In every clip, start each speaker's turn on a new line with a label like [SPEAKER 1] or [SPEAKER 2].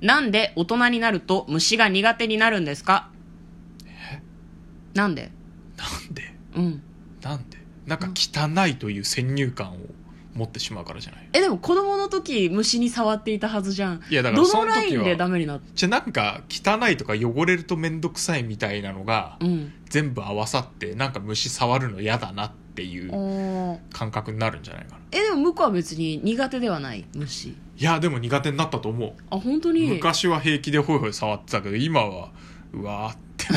[SPEAKER 1] なんで大人になると虫が苦手になるんですかなんで
[SPEAKER 2] なんで
[SPEAKER 1] うん。
[SPEAKER 2] なんでなんか汚いという先入観を持ってしまうからじゃない
[SPEAKER 1] え、でも子供の時虫に触っていたはずじゃん。
[SPEAKER 2] いやだから
[SPEAKER 1] ど
[SPEAKER 2] そ
[SPEAKER 1] の
[SPEAKER 2] の
[SPEAKER 1] ライ
[SPEAKER 2] 時
[SPEAKER 1] ンでダ
[SPEAKER 2] は
[SPEAKER 1] メになった
[SPEAKER 2] じゃあなんか汚いとか汚れると面倒くさいみたいなのが
[SPEAKER 1] うん。
[SPEAKER 2] 全部合わさってなんか虫触るの嫌だなっていう
[SPEAKER 1] おー
[SPEAKER 2] 感覚になるんじゃないかな
[SPEAKER 1] え、でも向こうは別に苦手ではない虫。
[SPEAKER 2] いやでも苦手になったと思う
[SPEAKER 1] あ、本当に
[SPEAKER 2] 昔は平気でホイホイ触ってたけど今はうわーって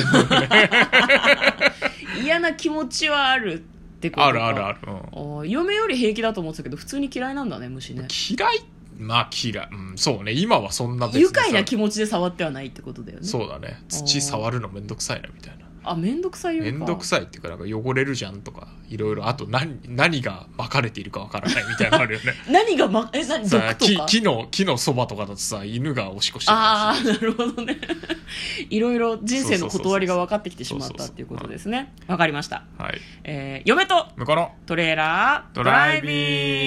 [SPEAKER 1] 嫌な気持ちはあるってことか
[SPEAKER 2] あるあるある、うん
[SPEAKER 1] あー嫁より平気だと思ってたけど普通に嫌いなんだね虫ね
[SPEAKER 2] 嫌いまあ嫌い、うん、そうね今はそんな別に
[SPEAKER 1] 愉
[SPEAKER 2] さ
[SPEAKER 1] 快な気持ちで触ってはないってことだよね
[SPEAKER 2] そうだね土触るのめんどくさいなみたいな
[SPEAKER 1] あめんどくさいよ
[SPEAKER 2] めんどくさいっていうかなんか汚れるじゃんとかいろいろあと何何が巻かれているかわからないみたいなのある よね
[SPEAKER 1] 何がまえ何毒
[SPEAKER 2] さ
[SPEAKER 1] と
[SPEAKER 2] 木
[SPEAKER 1] か
[SPEAKER 2] 木の木のそばとかだとさ犬がおしっこしてる
[SPEAKER 1] あ
[SPEAKER 2] し
[SPEAKER 1] あなるほどね いろいろ人生の断りが分かってきてしまっ
[SPEAKER 2] そうそう
[SPEAKER 1] た
[SPEAKER 2] そ
[SPEAKER 1] っ
[SPEAKER 2] うそう
[SPEAKER 1] ていうことですねわかりました、
[SPEAKER 2] はい
[SPEAKER 1] えー、嫁と
[SPEAKER 2] 向こうの
[SPEAKER 1] トレーラー
[SPEAKER 2] ドライビ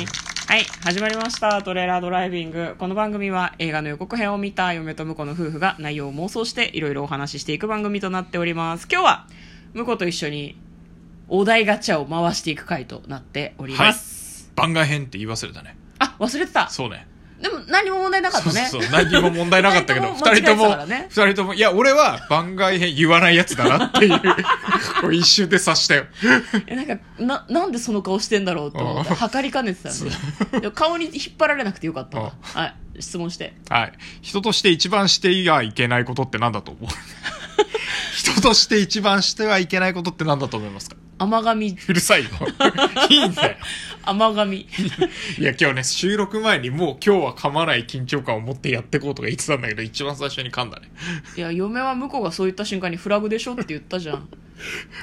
[SPEAKER 2] ング
[SPEAKER 1] はい始まりました「トレーラードライビング」この番組は映画の予告編を見た嫁と婿の夫婦が内容を妄想していろいろお話ししていく番組となっております今日は婿と一緒にお題ガチャを回していく回となっております、
[SPEAKER 2] 番外編って言い忘れたね
[SPEAKER 1] あ忘れてた
[SPEAKER 2] そうね
[SPEAKER 1] でも何も問題なかった
[SPEAKER 2] そう
[SPEAKER 1] ね
[SPEAKER 2] そう何にも問題なかっ たけど
[SPEAKER 1] 二
[SPEAKER 2] 二
[SPEAKER 1] 人
[SPEAKER 2] 人
[SPEAKER 1] と
[SPEAKER 2] と
[SPEAKER 1] も
[SPEAKER 2] も
[SPEAKER 1] 間違えてたからね
[SPEAKER 2] 二人ともいや俺は番外編言わないやつだなっていうこう一瞬で察したよ
[SPEAKER 1] いやなんかななんでその顔してんだろうと思って
[SPEAKER 2] うん
[SPEAKER 1] 測りかねてたんででも顔に引っ張られなくてよかったわ
[SPEAKER 2] う
[SPEAKER 1] はい質問して
[SPEAKER 2] はい。人として一番してはいけないことって何だと思う 人として一番してはいけないことって何だと思いますか
[SPEAKER 1] 甘噛み
[SPEAKER 2] うるさいよ。いいんだよ。
[SPEAKER 1] 甘噛み
[SPEAKER 2] いや、今日ね、収録前にもう今日は噛まない緊張感を持ってやってこうとか言ってたんだけど、一番最初に噛んだね。
[SPEAKER 1] いや嫁は向こうがそう言った瞬間にフラグでしょって言ったじゃ ん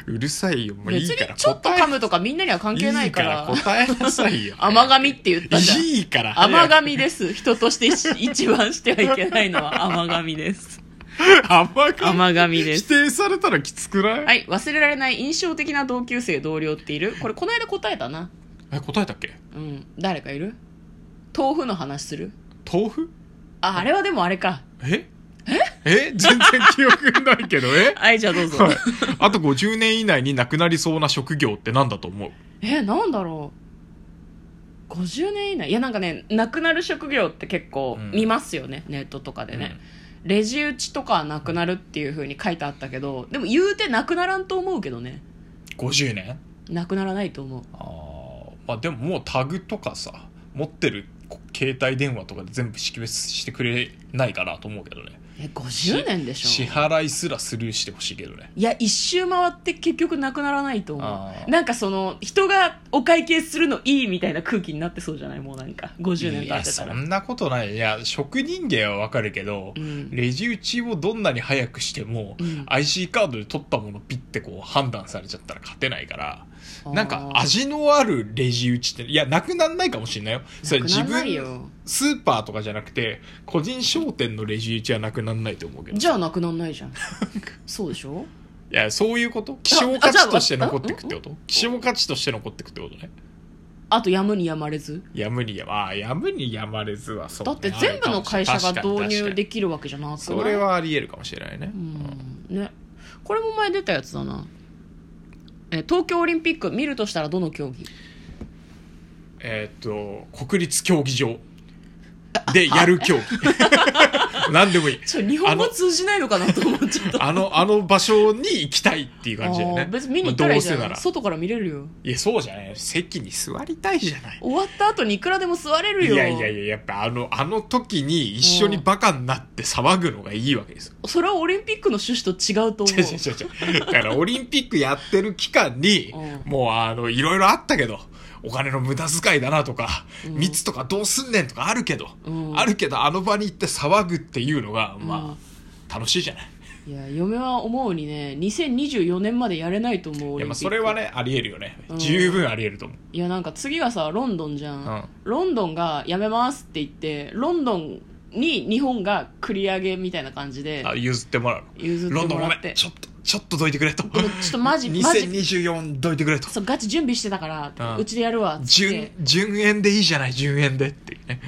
[SPEAKER 2] うるさいよ。もういい
[SPEAKER 1] 別
[SPEAKER 2] から
[SPEAKER 1] にちょっと
[SPEAKER 2] 答え
[SPEAKER 1] 噛むとかみんなには関係ない
[SPEAKER 2] い
[SPEAKER 1] か。
[SPEAKER 2] からら答えなさいよ
[SPEAKER 1] 甘噛みって言ったじゃん
[SPEAKER 2] いいから。
[SPEAKER 1] 甘噛みです人として一 一番してはいけないのは甘噛みです
[SPEAKER 2] 甘噛み。
[SPEAKER 1] 甘噛みで
[SPEAKER 2] 否
[SPEAKER 1] す
[SPEAKER 2] 定されたらきつくない、
[SPEAKER 1] はい忘れられない印象的な同級生同僚っているこれこの間答えたな
[SPEAKER 2] え、答えたっけ
[SPEAKER 1] うん誰かいる豆腐の話する
[SPEAKER 2] 豆腐
[SPEAKER 1] ああれはでもあれか
[SPEAKER 2] ええ全然記憶にないけど、え
[SPEAKER 1] はいじゃあどうぞ、
[SPEAKER 2] はい、あと50年以内になくなりそうな職業って何だと思う
[SPEAKER 1] えなんだろう50年以内いやなんかねなくなる職業って結構
[SPEAKER 2] うん
[SPEAKER 1] 見ますよね、ネットとかでね、レジ打ちとかはなくなるっていうふうに書いてあったけどでも言うてなくならんと思うけどね
[SPEAKER 2] 50年
[SPEAKER 1] なくならないと思う
[SPEAKER 2] あーまあでももうタグとかさ持ってるこ携帯電話とかで全部識別してくれないかなと思うけどね
[SPEAKER 1] え50年でし
[SPEAKER 2] 支
[SPEAKER 1] ょ
[SPEAKER 2] 払いすらスルーしてほしいけどね
[SPEAKER 1] いや一周回って結局なくならないと思
[SPEAKER 2] あ
[SPEAKER 1] う
[SPEAKER 2] ー
[SPEAKER 1] なんかその人がお会計するのいいみたいな空気になってそうじゃないもうなんか50年
[SPEAKER 2] い
[SPEAKER 1] 経
[SPEAKER 2] や
[SPEAKER 1] ってた
[SPEAKER 2] そ
[SPEAKER 1] ら
[SPEAKER 2] んなことないいや職人芸はわかるけど、
[SPEAKER 1] うん
[SPEAKER 2] レジ打ちをどんなに早くしても、
[SPEAKER 1] うん
[SPEAKER 2] IC カードで取ったものピッてこう判断されちゃったら勝てないから
[SPEAKER 1] あー
[SPEAKER 2] なんか味のあるレジ打ちっていやなくなんないかもしれないよそれ
[SPEAKER 1] なくな
[SPEAKER 2] 自
[SPEAKER 1] らない
[SPEAKER 2] 分
[SPEAKER 1] よ
[SPEAKER 2] スーパーとかじゃなくて個人商店のレジ打ちはなくなんないと思うけどい
[SPEAKER 1] じゃあなくならないじ ゃんそうでしょ
[SPEAKER 2] やそういうこと希少価値として残ってくってこと希少価値として残ってくってことね
[SPEAKER 1] あとやむにやまれず
[SPEAKER 2] やむにやまあやむにやまれずはそう
[SPEAKER 1] だ
[SPEAKER 2] ね、
[SPEAKER 1] って全部の会社が導入で
[SPEAKER 2] き
[SPEAKER 1] きるわけじゃなくない
[SPEAKER 2] それはあり得るかもしれないね、
[SPEAKER 1] うんねこれも前出たやつだなえ東京オリンピック見るとしたらどの競技
[SPEAKER 2] えーっと国立競技場でやる競技 何でもいい
[SPEAKER 1] ちょ日本語通じないのかなと思っちゃ った
[SPEAKER 2] あのあの場所に行きたいっていう感じだよ
[SPEAKER 1] あ
[SPEAKER 2] ね
[SPEAKER 1] ー別に見に行ったらいいじゃん、
[SPEAKER 2] まあどうせなら
[SPEAKER 1] 外から見れるよ
[SPEAKER 2] いや、そうじゃない。席に座りたいじゃない。
[SPEAKER 1] 終わった後にいくらでも座れる
[SPEAKER 2] い
[SPEAKER 1] よ
[SPEAKER 2] やいやいや、やっぱあの、あの時に一緒にバカになって騒ぐのがいいわけですよ。
[SPEAKER 1] それはオリンピックの趣旨と違うと思
[SPEAKER 2] 違う
[SPEAKER 1] う
[SPEAKER 2] 違う違う違う。だからオリンピックやってる期間に
[SPEAKER 1] う、
[SPEAKER 2] もうあの、いろいろあったけど、お金の無駄遣いだなとか、
[SPEAKER 1] うん
[SPEAKER 2] 密とかどうすんねんとかあるけど、
[SPEAKER 1] うん
[SPEAKER 2] あるけどあの場に行って騒ぐっていうのが、まあ、楽しいじゃない。
[SPEAKER 1] いや嫁は思うにね2024年までやれないと思うオ
[SPEAKER 2] い
[SPEAKER 1] リンピ
[SPEAKER 2] や、ま
[SPEAKER 1] ッ
[SPEAKER 2] あ
[SPEAKER 1] ク
[SPEAKER 2] それはね、あり得るよね
[SPEAKER 1] う。ん
[SPEAKER 2] 十分あり得ると思う。
[SPEAKER 1] いやなんか次がさロンドンじゃん、
[SPEAKER 2] うん
[SPEAKER 1] ロンドンがやめますって言ってロンドンに日本が繰り上げみたいな感じで
[SPEAKER 2] あ、譲ってもらうの。
[SPEAKER 1] 譲って
[SPEAKER 2] ロンドン
[SPEAKER 1] もら
[SPEAKER 2] ごめ
[SPEAKER 1] って
[SPEAKER 2] ん、ちょっと、ちょっとどいてくれと
[SPEAKER 1] でもちょっとマ ジマジ
[SPEAKER 2] 2024どいてくれと
[SPEAKER 1] そうガチ準備してたから、
[SPEAKER 2] う
[SPEAKER 1] うんちでやるわっつって
[SPEAKER 2] 順、順延でいいじゃない順延でっていうね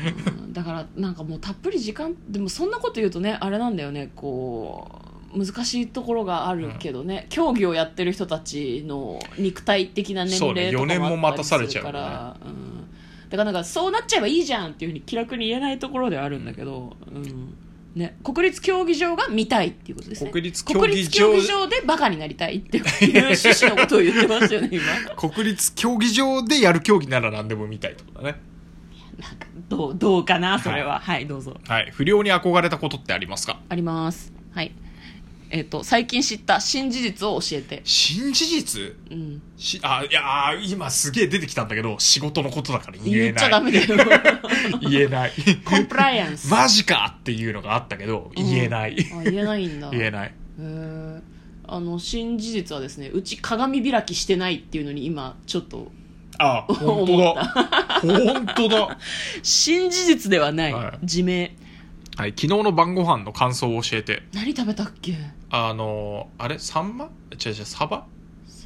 [SPEAKER 1] うんだからなんかもうたっぷり時間でもそんなこと言うとねあれなんだよねこう難しいところがあるけどね、競技をやってる人たちの肉体的な年
[SPEAKER 2] そうね
[SPEAKER 1] 齢とか
[SPEAKER 2] 4年も
[SPEAKER 1] もあった
[SPEAKER 2] 待た
[SPEAKER 1] りす
[SPEAKER 2] さ
[SPEAKER 1] る
[SPEAKER 2] れちゃう
[SPEAKER 1] か
[SPEAKER 2] よね
[SPEAKER 1] ら、うん、だからなんかそうなっちゃえばいいじゃんっていうふうに気楽に言えないところではあるんだけど、うんね、国立競技場が見たいっていうことですね
[SPEAKER 2] 国立競技場
[SPEAKER 1] 国立競技場でバカになりたいっ ていう趣旨のことを言ってますよね今
[SPEAKER 2] 国立競技場でやる競技なら何でも見たいってことだね
[SPEAKER 1] なんかどうどうかなそれははい、どうぞ
[SPEAKER 2] はい不良に憧れたことってありますか
[SPEAKER 1] ありますはいえっ、と最近知った新事実を教えて
[SPEAKER 2] 新事実
[SPEAKER 1] うん
[SPEAKER 2] しあいやー今すげえ出てきたんだけど仕事のことだから言え
[SPEAKER 1] 言っち
[SPEAKER 2] な
[SPEAKER 1] ゃ
[SPEAKER 2] い
[SPEAKER 1] ダメだよ
[SPEAKER 2] 言 えない
[SPEAKER 1] コンプライアンス、
[SPEAKER 2] マジかっていうのがあったけど
[SPEAKER 1] うん
[SPEAKER 2] 言えない、
[SPEAKER 1] あ言えないんだ
[SPEAKER 2] 言え
[SPEAKER 1] へ
[SPEAKER 2] ない
[SPEAKER 1] えあの新事実はですねうち鏡開きしてないっていうのに今ちょっと
[SPEAKER 2] あ本当だ本当だ
[SPEAKER 1] 新事実ではない、
[SPEAKER 2] はい
[SPEAKER 1] 自明
[SPEAKER 2] はい昨日の晩ご飯の感想を教えて
[SPEAKER 1] 何食べたっけ
[SPEAKER 2] あのーあれサンマ違う違うサバ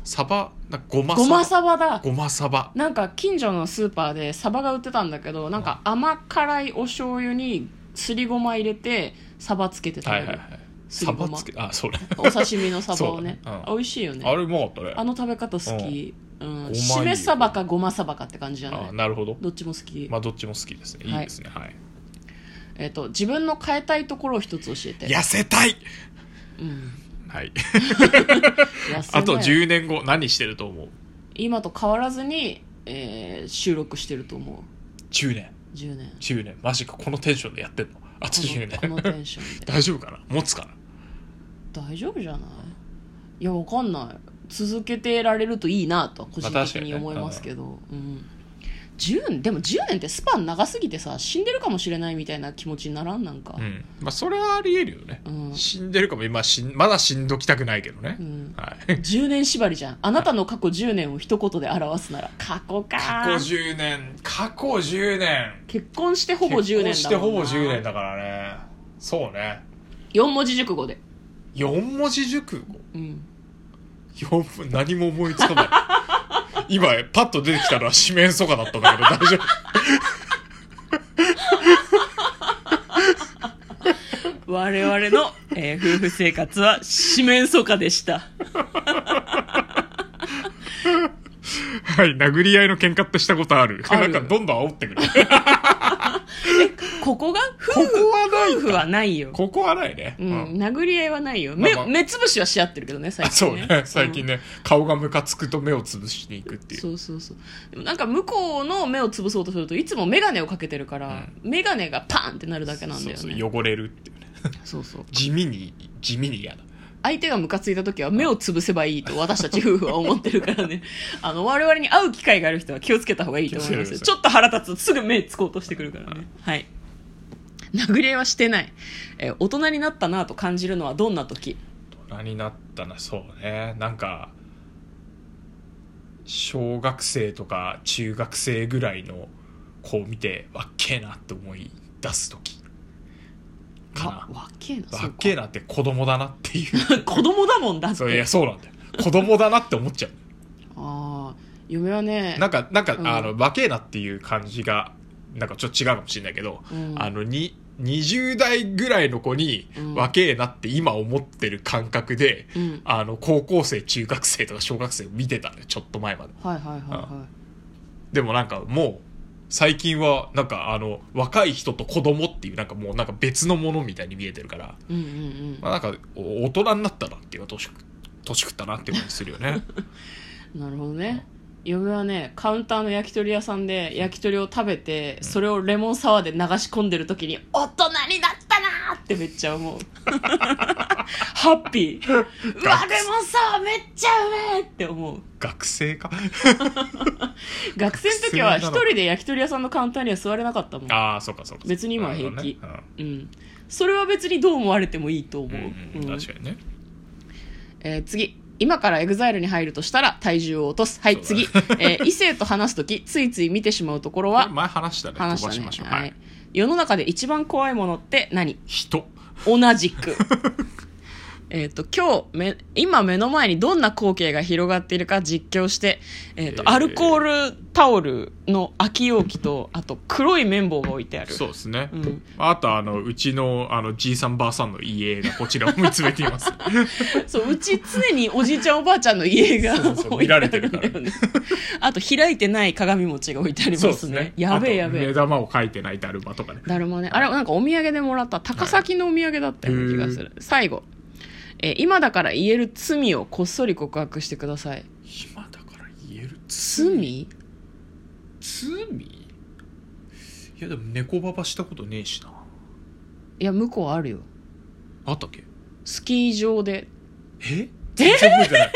[SPEAKER 2] サバなんかごま
[SPEAKER 1] ごまサバだ
[SPEAKER 2] ごまサバ
[SPEAKER 1] なんか近所のスーパーでサバが売ってたんだけどなんか甘辛いお醤油にすりごま入れてサバつけて食
[SPEAKER 2] は
[SPEAKER 1] べ
[SPEAKER 2] い
[SPEAKER 1] る、
[SPEAKER 2] はいはい
[SPEAKER 1] す
[SPEAKER 2] サ
[SPEAKER 1] りごま
[SPEAKER 2] バつけあそれ
[SPEAKER 1] お刺身のサバをね
[SPEAKER 2] そうだねうん
[SPEAKER 1] あ美味しいよね
[SPEAKER 2] あれうまかったね
[SPEAKER 1] あの食べ方好き、うん
[SPEAKER 2] ごまいい
[SPEAKER 1] しめサバかごまサバかって感じじゃな
[SPEAKER 2] あ
[SPEAKER 1] い
[SPEAKER 2] なるほど
[SPEAKER 1] どっちも好き、
[SPEAKER 2] まあどっちも好きですねいいですねはい、
[SPEAKER 1] えっと自分の変えたいところを一つ教えて、
[SPEAKER 2] 痩せたい
[SPEAKER 1] うん、
[SPEAKER 2] はい
[SPEAKER 1] 痩せな
[SPEAKER 2] あ
[SPEAKER 1] い
[SPEAKER 2] と10年後何してると思う
[SPEAKER 1] 今と変わらずに、えー収録してると思
[SPEAKER 2] 10年
[SPEAKER 1] う10年
[SPEAKER 2] 10年マジかこのテンションでやってんのあと10
[SPEAKER 1] このこの
[SPEAKER 2] 年
[SPEAKER 1] テンションで
[SPEAKER 2] 大丈夫かな持つかな
[SPEAKER 1] 大丈夫じゃないいやわかんない続けてられるといいなとは個人
[SPEAKER 2] まあ
[SPEAKER 1] 的
[SPEAKER 2] 確か
[SPEAKER 1] に
[SPEAKER 2] にね
[SPEAKER 1] 思いますけど、うん10年でも10年ってスパン長すぎてさ死んでるかもしれないみたいな気持ちにならんなんか、
[SPEAKER 2] うんまあそれはありえるよね、
[SPEAKER 1] うん
[SPEAKER 2] 死んでるかも今しんまだ死んどきたくないけどね、
[SPEAKER 1] うん
[SPEAKER 2] はい
[SPEAKER 1] 10年縛りじゃんあなたの過去10年を一言で表すなら過去か
[SPEAKER 2] 過去10年過去10年
[SPEAKER 1] 結婚してほぼ10
[SPEAKER 2] 結婚
[SPEAKER 1] 年
[SPEAKER 2] し
[SPEAKER 1] だ
[SPEAKER 2] て
[SPEAKER 1] も
[SPEAKER 2] ほ
[SPEAKER 1] んな
[SPEAKER 2] ぼ10年だからねそうね
[SPEAKER 1] 4文字熟語で
[SPEAKER 2] 4文字熟語
[SPEAKER 1] うん
[SPEAKER 2] 四文何も思いつかない今パッと出てきたのは四面楚歌だったんだけど大丈夫
[SPEAKER 1] 我々の、えー夫婦生活は四面楚歌でした
[SPEAKER 2] はい、殴り合いの喧嘩ってしたことある
[SPEAKER 1] ある
[SPEAKER 2] なんかどんどん煽ってくる。
[SPEAKER 1] ここが夫
[SPEAKER 2] こ
[SPEAKER 1] 婦
[SPEAKER 2] こはない
[SPEAKER 1] 夫婦はないよ、
[SPEAKER 2] ここはないね。
[SPEAKER 1] うん。殴り合いはないよ、
[SPEAKER 2] まあまあ
[SPEAKER 1] 目目つぶしはし合ってるけどね最
[SPEAKER 2] あ
[SPEAKER 1] 近
[SPEAKER 2] そう
[SPEAKER 1] ね
[SPEAKER 2] ね、最近ね、顔がムカつくと目をつぶしに行くっていう。
[SPEAKER 1] そうそうそうでもなんか向こうの目をつぶそうとするといつも眼鏡をかけてるから、眼鏡がパーンってなるだけなんだよね
[SPEAKER 2] そうそう汚れるっていうね。
[SPEAKER 1] そうそう
[SPEAKER 2] 地味に、地味に嫌だ。
[SPEAKER 1] 相手がムカついた時は目をつぶせばいいと私たち夫婦は思ってるから ねあの我々に会う機会がある人は気をつけた方がいいと思います
[SPEAKER 2] 気
[SPEAKER 1] よ
[SPEAKER 2] をつけてください
[SPEAKER 1] ちょっと腹立つとすぐ目つこうとしてくるからねはい殴り合いはしてない、えー大人になったなと感じるのはどんな時
[SPEAKER 2] 大人になったな、そうね。なんか、小学生とか中学生ぐらいの子を見て、わっけえなって思い出すとき。
[SPEAKER 1] わ
[SPEAKER 2] か
[SPEAKER 1] わっけえな
[SPEAKER 2] な。
[SPEAKER 1] そ
[SPEAKER 2] わ
[SPEAKER 1] う
[SPEAKER 2] っ
[SPEAKER 1] か
[SPEAKER 2] けえなって子供だなっ ていう。
[SPEAKER 1] 子供だもんだっ
[SPEAKER 2] そうい
[SPEAKER 1] て
[SPEAKER 2] や、そうなんだよ。子供だなって思っちゃう。
[SPEAKER 1] ああ嫁はね
[SPEAKER 2] なんか、なんか、
[SPEAKER 1] うん
[SPEAKER 2] あの、若えなっていう感じが、なんかちょっと違うかもしれないけど、
[SPEAKER 1] うん
[SPEAKER 2] あの、に、20代ぐらいの子に
[SPEAKER 1] うん、
[SPEAKER 2] 若えなって今思ってる感覚で、
[SPEAKER 1] うん
[SPEAKER 2] あの、高校生、中学生とか小学生を見てたのよ、ちょっと前まで。
[SPEAKER 1] はいはいはいは
[SPEAKER 2] でもなんかもう、最近は、なんかあの、若い人と子供っていう、なんかもうなんか別のものみたいに見えてるから、
[SPEAKER 1] いうんうん
[SPEAKER 2] まあなんか、お大人になったなっていうか、年食、年食ったなって感じするよ ね。
[SPEAKER 1] うんなるほどね嫁はねカウンターの焼き鳥屋さんで焼き鳥を食べてそれをレモンサワーで流し込んでる時に大人になったなーってめっちゃ 思うハッピーうわレモンサワーめっちゃうめえって思う
[SPEAKER 2] 学生か
[SPEAKER 1] 学生の時は一人で焼き鳥屋さんのカウンターには座れなかったもん
[SPEAKER 2] ああ、そうかそうか。
[SPEAKER 1] 別に今は平気
[SPEAKER 2] なるほどね
[SPEAKER 1] うんそれは別にどう思われてもいいと思う、
[SPEAKER 2] うん
[SPEAKER 1] う
[SPEAKER 2] うんん、確かにね。
[SPEAKER 1] えー次今からエグザイルに入るとしたら体重を落とすはい、
[SPEAKER 2] そう
[SPEAKER 1] 次、えー異性と話す時ついつい見てしまうところ
[SPEAKER 2] これ
[SPEAKER 1] は
[SPEAKER 2] 前話したね。
[SPEAKER 1] 話
[SPEAKER 2] 飛ばしま
[SPEAKER 1] し
[SPEAKER 2] したょう
[SPEAKER 1] ね、
[SPEAKER 2] は
[SPEAKER 1] はいい。、世の中で一番怖いものって何
[SPEAKER 2] 人。
[SPEAKER 1] 同じくえっ、と、今日、め、今目の前にどんな光景が広がっているか実況して、えっ、と、
[SPEAKER 2] えー
[SPEAKER 1] アルコールタオルの空き容器と、あと黒い綿棒が置いてある。
[SPEAKER 2] そうですね、
[SPEAKER 1] うん
[SPEAKER 2] あとあのうちのあのじいさんばあさんの家がこちらを見つめています
[SPEAKER 1] そう、うち常におじいちゃんおばあちゃんの家 が
[SPEAKER 2] そうそう
[SPEAKER 1] 置いあるんだよ
[SPEAKER 2] 見られて
[SPEAKER 1] ね。あと開いてない鏡餅が置いてあります
[SPEAKER 2] そう
[SPEAKER 1] ね。
[SPEAKER 2] ですね
[SPEAKER 1] やべえや
[SPEAKER 2] あと
[SPEAKER 1] べ
[SPEAKER 2] 目
[SPEAKER 1] え。
[SPEAKER 2] 玉を描いてないだるまとかね
[SPEAKER 1] だるまね。あれ、なんかお土産でもらった高崎のお土産だったような気がする。最後。えー今だから言える罪をこっそり告白してください。
[SPEAKER 2] 今だから言える
[SPEAKER 1] 罪
[SPEAKER 2] 罪いやでも猫ババしたことねえしない
[SPEAKER 1] や、向こうあるよ。
[SPEAKER 2] あったっけ
[SPEAKER 1] スキー場で。
[SPEAKER 2] え全然覚えてない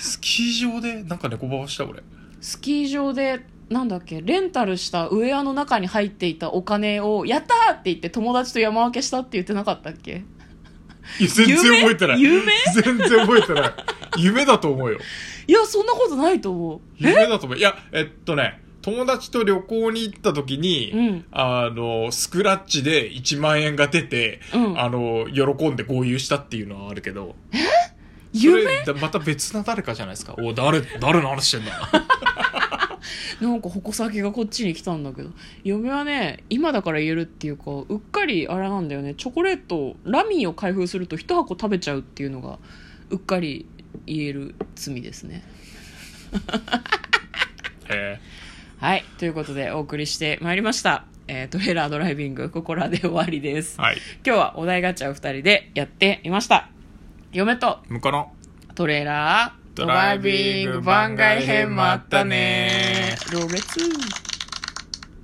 [SPEAKER 2] スキー場でなんか猫ババした俺
[SPEAKER 1] スキー場で、なんだっけ、レンタルしたウェアの中に入っていたお金を、やったーって言って友達と山分けしたって言ってなかったっけ
[SPEAKER 2] いや全然覚えてない
[SPEAKER 1] 夢夢
[SPEAKER 2] 全然覚えてない夢だと思うよ
[SPEAKER 1] いや、そんなことないと思う。
[SPEAKER 2] 夢だと思ういやえっとね友達と旅行に行った時に、
[SPEAKER 1] うん
[SPEAKER 2] あのスクラッチで1万円が出て、
[SPEAKER 1] うん
[SPEAKER 2] あの喜んで合流したっていうのはあるけど
[SPEAKER 1] 夢
[SPEAKER 2] それまた別な誰かじゃないですかお誰誰の 話してんだ
[SPEAKER 1] なんか矛先がこっちに来たんだけど嫁はね今だから言えるっていうかうっかりあれなんだよねチョコレートラミーを開封すると一箱食べちゃうっていうのがうっかり言える罪ですね
[SPEAKER 2] え
[SPEAKER 1] はいということでお送りしてまいりました、えー、トレーラードライビングここらで終わりです
[SPEAKER 2] ーはい
[SPEAKER 1] 今日はお題ガチャを2人でやってみました嫁と
[SPEAKER 2] 向こうの
[SPEAKER 1] トレーラード
[SPEAKER 2] ドライビング番外編もあったね
[SPEAKER 1] ロレツ